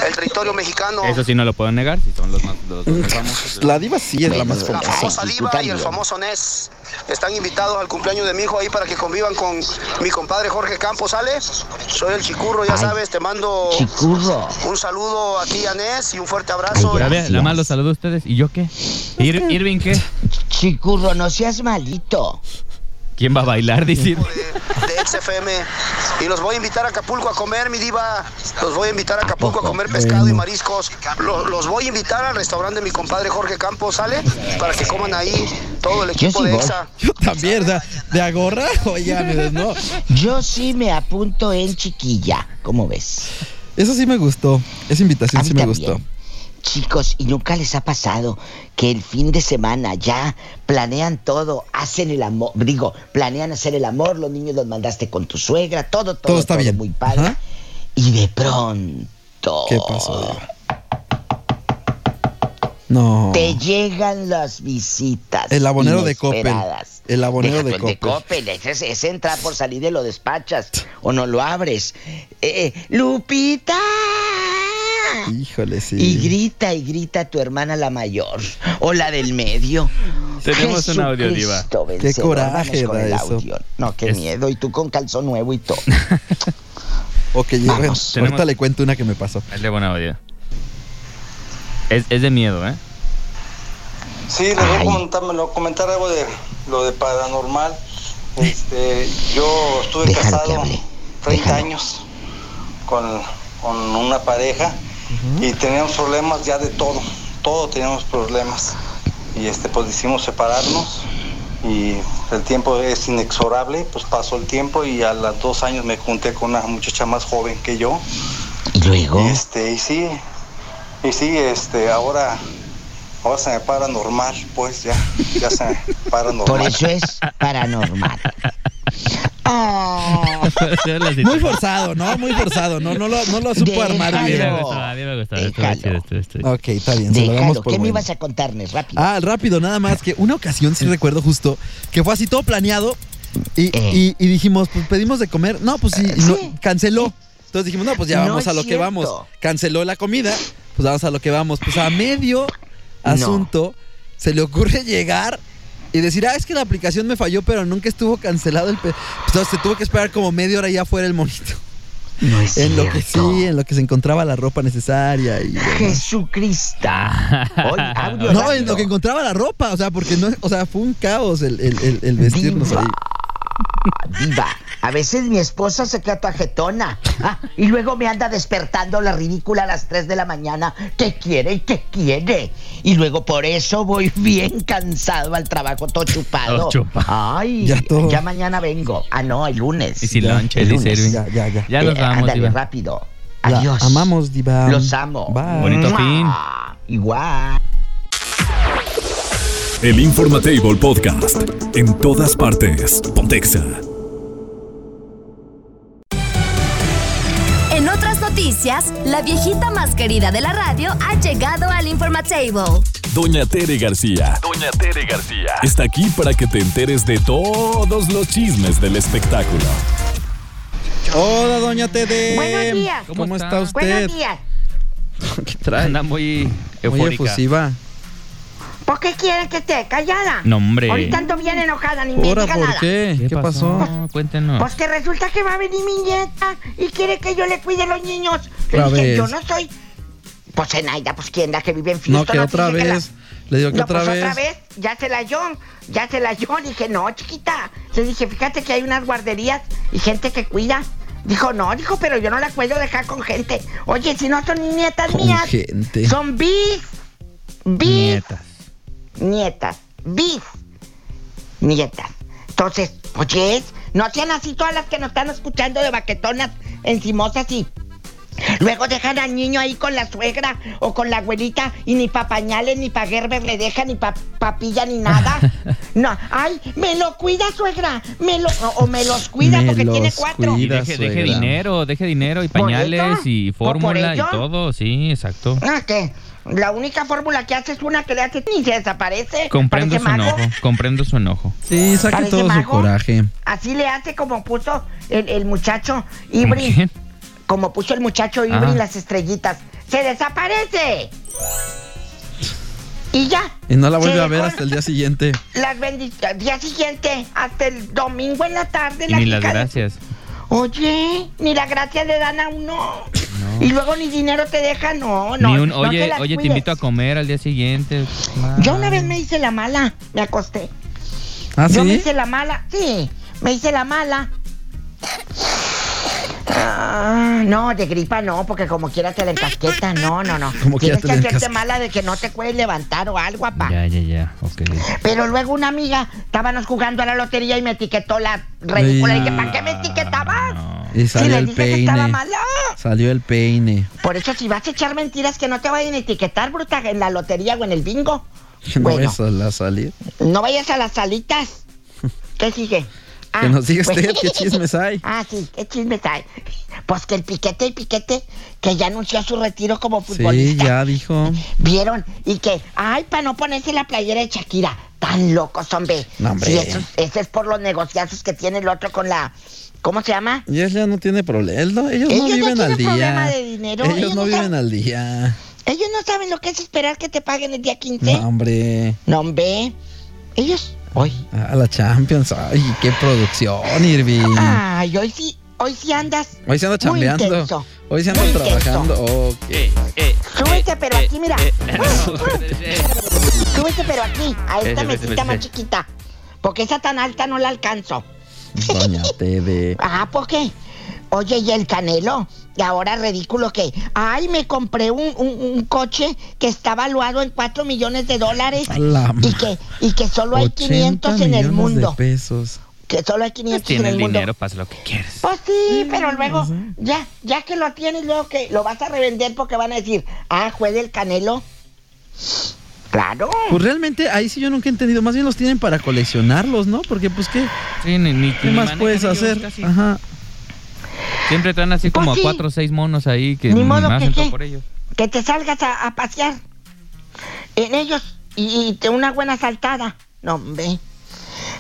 I: el territorio mexicano.
D: Eso sí no lo puedo negar, si son los más, los más famosos.
C: La diva sí es la más
I: La
C: famosa.
I: famosa
H: Y tú
I: Diva y el
H: también.
I: famoso Nes están invitados al cumpleaños de mi hijo ahí para que convivan con mi compadre Jorge Campos, ¿sale? Soy el Chicurro, ya
H: Ay.
I: sabes, te mando
H: Chicurro.
I: un saludo a ti, a Nes, y un fuerte
H: Ay,
I: abrazo.
H: gracias.
D: Ya ve, la más los saludo a ustedes. ¿Y yo qué? Ir- ¿Irving qué?
H: Chicurro, no seas malito.
D: ¿Quién va a bailar? Dice.
I: de, de XFM y los voy a invitar a Acapulco a comer, mi diva. Los voy a invitar a Acapulco a comer pescado y mariscos. Lo- Los, voy a invitar al restaurante de mi compadre Jorge Campos, ¿sale? Para que coman ahí todo el equipo
H: sí
I: de
H: voy.
I: EXA.
C: Yo también, o sea, de agorra, oye, amigos, no.
H: Yo sí me apunto en chiquilla, ¿cómo ves?
C: Eso sí me gustó. Esa invitación
H: A
C: sí
H: mí
C: me
H: también.
C: gustó.
H: Chicos, ¿y nunca les ha pasado que el fin de semana ya planean todo, hacen el amor, digo, planean hacer el amor, los niños los mandaste con tu suegra, todo, todo,
C: Todo está bien.
H: muy padre.
C: Ajá.
H: Y de pronto
C: ¿Qué pasó, diva? No.
H: te llegan las visitas.
C: El abonero de Coppel.
H: inesperadas.
C: El abonero
H: Deja
C: de
H: tú el
C: Coppel.
H: Ese, es- ese entra por salir de lo despachas o no lo abres. Eh, eh, Lupita.
C: Híjole, sí.
H: Y grita y grita tu hermana la mayor o la del medio.
D: Tenemos un audio, Diva.
H: Jesucristo
C: Qué
H: vencedor.
C: coraje
H: Vamos con
C: da
H: el
C: eso.
H: audio. No, qué
D: Es-
H: miedo. Y tú con calzón nuevo y todo.
C: Ok, ya, bueno,
H: Vamos,
C: ahorita
D: tenemos-
C: le cuento una que me pasó.
D: Es de buena audio. Es, es de miedo, ¿eh?
J: Sí, les voy a
H: Ay.
J: comentar, me lo- comentar algo de lo de paranormal. Este, yo estuve
H: Déjalo que
J: casado
H: hable,
J: 30
H: déjalo.
J: años con
G: con una pareja y teníamos problemas ya de todo, todo teníamos problemas. Y este, pues decidimos separarnos y el tiempo es inexorable, pues pasó el tiempo y a los dos años me junté con una muchacha más joven que yo.
K: Luego.
G: Y este, y sí, y sí, este, ahora, ahora se me para normal, pues ya, ya se me para normal.
K: Por eso es paranormal.
H: Ah.
K: Oh.
C: Muy forzado, ¿no? Muy forzado, ¿no? No lo, no lo supo armar bien. Ok, está bien. se lo
K: Déjalo.
C: damos por
K: ¿Qué me
C: bueno.
K: ibas a contar, Nes? Rápido.
C: Ah, rápido, nada más que una ocasión sí recuerdo justo que fue así todo planeado y,
L: Ah.
C: y- y dijimos, pues pedimos de comer. No, pues sí, y no- canceló. Entonces dijimos, no, pues ya
L: No
C: vamos
L: es
C: a lo que
L: cierto.
C: vamos. Canceló la comida, pues vamos a lo que vamos. Pues a medio asunto se le ocurre llegar y decir, ah, es que la aplicación me falló, pero nunca estuvo cancelado el. pe-". Pues entonces, se tuvo que esperar como media hora ya fuera el monito.
K: No es
C: en lo que sí, en lo que se encontraba la ropa necesaria y demás.
K: Jesucristo. Hoy, audio
C: No,
K: rápido.
C: en lo que encontraba la ropa, o sea, porque no, o sea, fue un caos el, el- el- el vestirnos ahí.
K: Diva, a veces mi esposa se queda tajetona y luego me anda despertando la ridícula a las 3 de la mañana. ¿Qué quiere y qué quiere? Y luego por eso voy bien cansado al trabajo, todo chupado.
D: Todo chupado.
K: Ay,
D: Ya
K: ya,
D: todo.
K: mañana vengo. Ah, no, el lunes.
D: Y sin
K: Ya,
D: lonche,
K: el
D: dice
K: lunes.
D: Erwin. Ya, ya, ya. Ya nos vamos,
K: Eh, Ándale,
D: Diva.
K: rápido.
C: La
K: Adiós.
C: amamos, Diva.
K: Los amo.
C: Bye.
D: Bonito
K: Mua.
D: fin.
K: Igual.
A: El Informatable Podcast. En todas partes. Pontexa.
E: En otras noticias, la viejita más querida de la radio ha llegado al Informatable.
A: Doña Tere García. Doña Tere García. Está aquí para que te enteres de todos los chismes del espectáculo.
C: Hola, doña Tede.
H: Buenos días.
C: ¿Cómo, está? usted?
H: Buenos días.
C: ¿Qué trae?
D: Anda muy
C: Muy
D: eufórica.
C: efusiva.
H: ¿Por qué quieres que esté callada?
D: No, hombre.
H: Ahorita ando bien enojada, ni me diga nada.
D: ¿Qué pasó? Cuéntenos.
H: Pues que resulta que va a venir mi nieta y quiere que yo le cuide a los niños. Le
C: Otra
H: dije,
C: vez.
H: yo no soy. Pues Zenaida, pues quién la que vive en
C: No,
H: Houston.
C: que otra
H: dice la-
C: vez. Le digo que
H: No,
C: otra,
H: pues,
C: vez.
H: otra vez. Ya se la yo. Ya se la yo. Dije, no, chiquita. Le dije, fíjate que hay unas guarderías y gente que cuida. Dijo, no, dijo, pero yo no la puedo dejar con gente. Oye, si no son nietas
C: Con
H: mías.
C: gente.
H: Son bis. Bis.
C: Nietas.
H: Nietas. Bis. Nietas. Entonces, oye, no sean así todas las que nos están escuchando de baquetonas encimosas y Luego dejan al niño ahí con la suegra o con la abuelita y ni pa' pañales, ni pa' gerber le dejan, ni pa' papilla, ni nada. No, ay, me lo cuida, suegra, me lo, o o me los cuida
D: Me
H: porque tiene
D: los
H: cuatro.
D: Y
C: Cuida,
D: deje, deje
C: suegra.
D: dinero, deje dinero y pañales
H: eso?
D: y
H: ¿O por
D: fórmula y
H: ello?
D: todo, sí, exacto.
H: Ah, ¿qué? La única fórmula que hace es una que le hace y se desaparece.
D: Comprendo
H: Parece
D: su
H: mago.
D: enojo, comprendo su enojo.
C: Sí, saque
H: Parece
C: todo su
H: mago.
C: coraje.
H: Así le hace como puso el, el muchacho
D: ¿Con
H: Ibri.
D: quién?
H: Como puso el muchacho Ibri
C: Ah.
H: las estrellitas. ¡Se desaparece! Y ya.
C: Y no la
H: Se
C: vuelve a
H: dejó
C: ver hasta el día siguiente.
H: Las bendiciones. Día siguiente, hasta el domingo en la tarde.
D: Y ni las
H: hija de-
D: gracias.
H: Oye, ni las gracias le dan a uno. Y luego ni dinero te dejan. No, no.
D: ni un,
H: no
D: oye,
H: las
D: oye, te
H: cuides.
D: invito a comer al día siguiente.
H: Yo una vez me hice la mala. Me acosté.
D: ¿Ah,
H: Yo
D: sí?
H: me hice la mala, sí, me hice la mala. Ah, no, de gripa no, porque como quiera te la encasqueta, no, no, no.
D: Como quiera
H: Tienes
D: te
H: que
D: la
H: hacerte
D: encasqueta.
H: mala de que no te puedes levantar o algo, papá.
D: Ya, ya, ya. Ok.
H: Pero luego una amiga, estábamos jugando a la lotería y me etiquetó la ridícula. Y dije, ¿para qué me etiquetabas?
D: Ah,
C: Y
H: Si
C: salió
H: le
C: el
H: dije que estaba
C: peine.
H: mala.
C: Salió el peine.
H: Por eso si vas a echar mentiras que no te vayan a etiquetar, bruta, en la lotería o en el bingo.
C: No
H: Bueno.
C: ves a la salir.
H: No vayas a las salitas. ¿Qué sigue? pues
C: Que nos diga usted qué chismes hay.
H: Ah, sí, qué chismes hay. Pues que el piquete y piquete, que ya anunció su retiro como
C: Sí,
H: futbolista.
C: ya dijo.
H: Vieron, y que, ay, para no ponerse la playera de Shakira. Tan locos, hombre.
C: No, hombre.
H: Sí, eso, eso es por los negociazos que tiene el otro con la. ¿Cómo se llama?
C: Y ella no tiene problema. Ellos no
H: Ellos no
C: viven
H: tienen
C: al día.
H: problema de dinero. ¿Eh?
C: Ellos,
H: Ellos
C: no
H: no
C: viven
H: saben-
C: al día.
H: Ellos no saben lo que es esperar que te paguen el día 15.
C: No, hombre.
H: No, hombre. Ellos. Hoy.
C: A la Champions. Ay, qué producción, Irving.
H: Ay, hoy sí, hoy sí andas.
C: Hoy se anda
H: Ah. muy
C: chambeando.
H: intenso.
C: Hoy se anda
H: Muy intenso.
C: trabajando. Ok.
H: Súbete, pero
D: Eh,
H: aquí, mira. Ah, Súbete, pero aquí, a
C: Ese,
H: esta
C: ese, ese.
H: mesita más chiquita. Porque esa tan alta no la alcanzo.
C: Doña Tede.
H: Ah, ¿por qué? Oye, y el canelo. Y ahora ridículo que, ay, me compré un, un- un coche que está valuado en 4 millones de dólares
C: A la
H: y que, y que solo hay
C: 80
H: 500 en el
C: millones
H: mundo.
C: De pesos.
H: Que solo hay 500 en
D: Tienes
H: el mundo.
D: dinero, para lo que quieres.
H: Pues sí, pero luego, ya, ya que lo tienes, luego que lo vas a revender porque van a decir, ah, juega el canelo. Claro.
C: Pues realmente ahí sí yo nunca he entendido. Más bien los tienen para coleccionarlos, ¿no? Porque pues qué. ¿Qué
D: ni
C: más
D: manejan
C: puedes
D: ellos
C: hacer?
D: casi.
C: Ajá.
D: Siempre traen así como
H: Pues sí.
D: a cuatro o seis monos ahí que
H: Ni modo
D: me
H: que
D: hacen todo
H: qué.
D: por ellos.
H: que te salgas a, a pasear en ellos y, y te una buena saltada. No, hombre.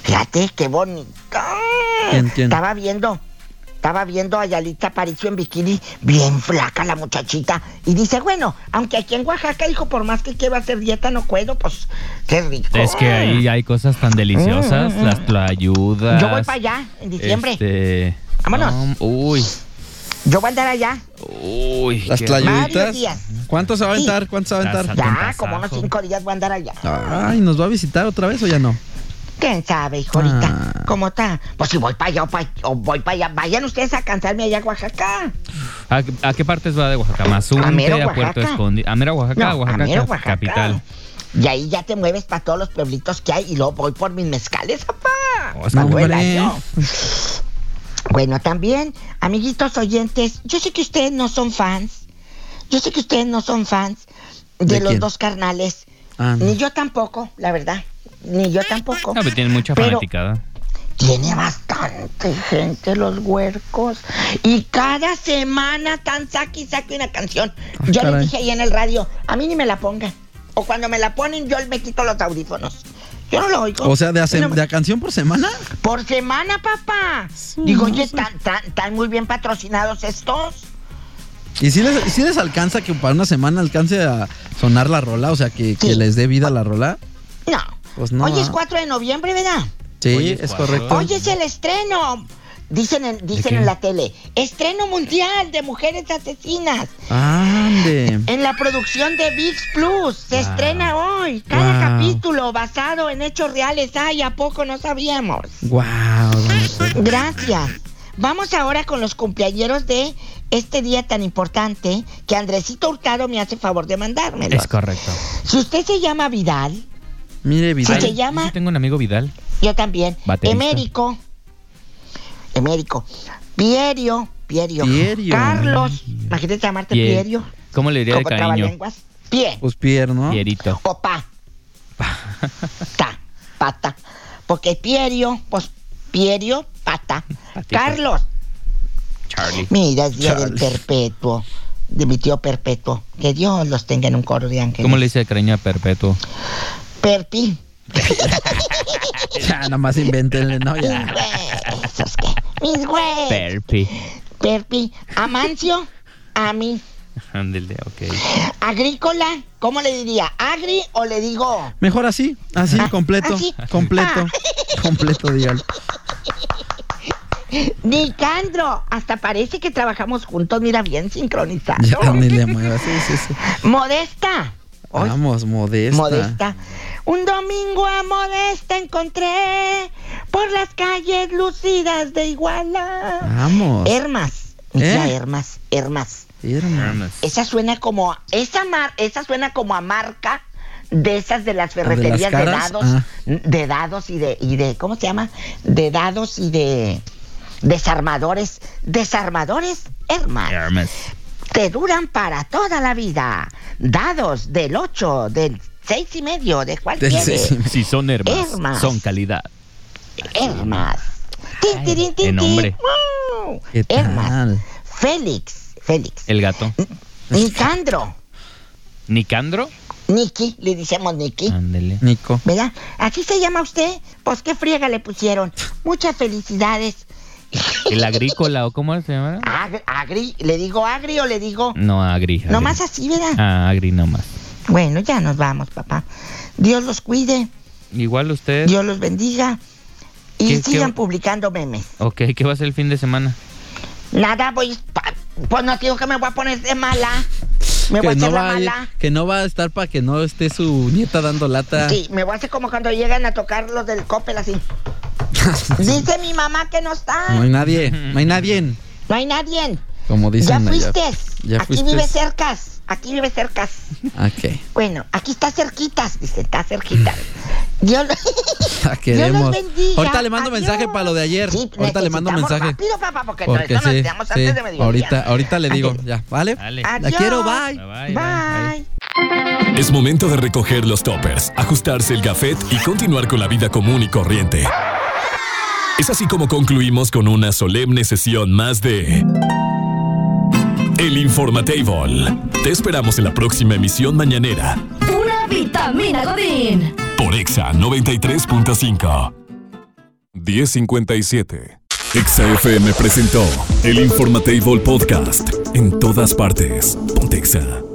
H: Fíjate, qué bonito.
C: ¿Quién, quién?
H: Estaba viendo, estaba viendo a Yalitza Aparicio en bikini, bien flaca la muchachita. Y dice, bueno, aunque aquí en Oaxaca, hijo, por más que quiera hacer dieta, no puedo, pues, qué rico.
D: Es que ahí hay cosas tan deliciosas,
H: Ah. Mm, mm,
D: las
H: mm.
D: tlayudas.
H: Yo voy para allá en diciembre.
D: Este,
H: Vámonos.
D: no, uy,
H: Yo voy a andar allá.
D: uy.
C: Las
D: qué-
H: Varios
C: tlayuditas.
H: días.
C: ¿Cuánto se va a
H: Sí.
C: aventar? ¿Cuánto se va a aventar?
H: Ya, como unos cinco días voy a andar allá.
C: Ay, ¿nos va a visitar otra vez o ya no?
H: ¿Quién sabe, hijo, ahorita?
C: Ah.
H: ¿Cómo está? Pues si voy para allá o, pa- o voy para allá, vayan ustedes a cansarme allá a Oaxaca.
D: ¿A, a qué partes va de Oaxaca? Mazunte,
H: A
D: a,
H: mero
D: Puerto
H: Oaxaca.
D: Escondido. A mera Oaxaca,
H: No, a
D: Oaxaca,
H: mero
D: cap-
H: Oaxaca.
D: capital.
H: Y ahí ya te mueves para todos los pueblitos que hay y luego voy por mis mezcales, papá.
D: Oh, es
H: Pa'
D: como-
H: abuela, yo. Bueno, también, amiguitos oyentes, yo sé que ustedes no son fans. Yo sé que ustedes no son fans de,
C: ¿De
H: los
C: quién?
H: dos carnales.
C: Ah, no.
H: Ni yo tampoco, la verdad. Ni yo tampoco.
D: No, pero tienen mucha
H: Pero-
D: fanaticada.
H: Tiene bastante gente los huercos. Y cada semana están saque y saque una canción. Yo les
C: Ah, caray.
H: dije ahí en el radio, a mí ni me la pongan. O cuando me la ponen, yo me quito los audífonos. Yo no lo oigo.
C: O sea, de, hace-
H: Yo no-
C: de a canción por semana.
H: Por semana, papá. Digo, oye, ¿están tan, tan muy bien patrocinados estos?
C: ¿Y si les, si les alcanza que para una semana alcance a sonar la rola? O sea, que, que
H: Sí.
C: les dé vida la rola.
H: No.
C: Pues no,
H: Hoy es
C: ah.
H: 4 de noviembre, ¿verdad?
C: Sí,
D: Oye,
C: es
D: cuatro.
C: correcto.
H: Hoy es el estreno. Dicen en, dicen
D: qué?
H: en la tele, estreno mundial de mujeres asesinas.
C: Ande.
H: En la producción de VIX Plus se estrena hoy. Cada
C: Wow.
H: capítulo basado en hechos reales. Ay, ¿a poco no sabíamos?
C: Wow.
H: Gracias. Vamos ahora con los cumpleañeros de este día tan importante que Andresito Hurtado me hace favor de mandármelo.
D: Es correcto.
H: Si usted se llama Vidal,
C: Mire, Vidal.
H: se
D: Ay,
H: llama-
D: yo sí tengo un amigo Vidal.
H: yo también.
D: Baterista.
H: Emérico. Emérico. Pierio. Pierio.
C: Pierio.
H: Carlos. Imagínate llamarte
D: Pie-
H: Pierio.
D: ¿Cómo le diría de
H: Como
D: cariño?
H: trabalenguas. Pie.
C: Pues Pierre, ¿no?
D: Pierito.
H: o pa. Ta, pata. Porque Pierio, pues Pierio, pata.
D: Patito.
H: Carlos,
D: Charlie.
H: mira, es día del
C: Chale.
H: perpetuo, de mi tío perpetuo. Que Dios los tenga en un coro de ángeles.
D: ¿Cómo le dice de cariño a Perpetuo?
H: Perpi.
C: Ya, nada más invéntenle, ¿no?
H: Mis
C: Ya.
H: güey, esos que- Mis güey.
D: Perpi.
H: Perpi. Amancio, a mí.
D: Ándele, ok.
H: Agrícola, ¿cómo le diría? ¿Agri o le digo?
C: Mejor así, así,
H: Ah,
C: completo,
H: así. Ah.
C: completo, completo, dígalo.
H: Nicandro, hasta parece que trabajamos juntos, mira, bien sincronizado.
C: Ya ni le muevas, sí, sí, sí.
H: Modesta. Ay,
C: Vamos, modesta.
H: modesta. Un domingo a Modesta encontré por las calles lucidas de Iguala.
C: Vamos.
H: Hermas. Mira,
C: ¿Eh?
H: Hermas, Hermas.
C: Irma.
H: Esa suena como a- esa mar, esa suena como a marca de esas de
C: las
H: las ferreterías de,
C: caras?
H: dados,
C: Ah.
H: de dados y de y de ¿cómo se llama? De dados y de desarmadores, desarmadores Hermas.
D: Hermes.
H: Te duran para toda la vida. Dados del 8, del 6 y medio, de cualquier.
C: Del seis y medio.
D: Si son Hermes,
H: Hermas.
D: son calidad.
H: Hermas. Tin,
D: Ay,
H: tirin,
D: qué
H: tin,
D: nombre.
H: tin. Wow.
C: ¿Qué
H: Hermas.
C: tal?
H: Félix. Félix.
D: El gato.
H: Nicandro.
D: ¿Nicandro?
H: Niki, le decimos Niki.
C: Ah.
D: Ándele.
C: Nico.
H: ¿Verdad? Así se llama usted. Pues qué friega le pusieron. Muchas felicidades.
D: ¿El agrícola o cómo se llama?
H: Agri, agri, le digo agri o le digo.
C: Mm,
D: No, agri. agri.
H: Nomás así, ¿verdad?
D: Ah, agri nomás.
H: Bueno, ya nos vamos, papá. Dios los cuide.
D: Igual usted.
H: Dios los bendiga. Y
D: ¿Qué- qué-
H: sigan publicando memes.
D: Ok, ¿qué va a ser el fin de semana?
H: Nada, voy. pa- Pues no te digo que me voy a poner de mala. Me voy a
C: Que no,
H: hacer la
C: va a, ir-
H: mala.
C: que no va a estar para que no esté su nieta dando lata.
H: Sí, me voy a hacer como cuando llegan a tocar los del Coppel así. Dice mi mamá que no está.
C: No hay nadie, no hay nadie.
H: No hay nadie.
C: Como
H: Ya
C: dicen allá.
H: fuiste.
C: Ya
H: aquí
C: fuiste. Ah,
H: vive cercas. Aquí vive cercas.
C: Ok.
H: Bueno, aquí está cerquitas. Dice, está cerquita. Dios, lo-
C: La
H: Dios los
C: queremos.
H: bendiga.
C: Ahorita le mando mensaje para lo de ayer.
H: Sí,
C: ahorita le mando
H: necesitamos
C: mensaje.
H: rápido, papá, porque no,
C: Porque
H: eso nos
C: sí,
H: quedamos
C: sí,
H: antes de mediodía.
C: Ahorita, ahorita le digo, ya, ¿vale? La
H: Adiós.
C: quiero, bye.
H: Bye.
A: Es momento de recoger los toppers, ajustarse el gafet y continuar con la vida común y corriente. Es así como concluimos con una solemne sesión más de El Informatable. Te esperamos en la próxima emisión mañanera
E: Una vitamina Godín.
A: por Exa 93.5. 1057. Exa FM presentó El Informatable Podcast. En todas partes. Pontexa.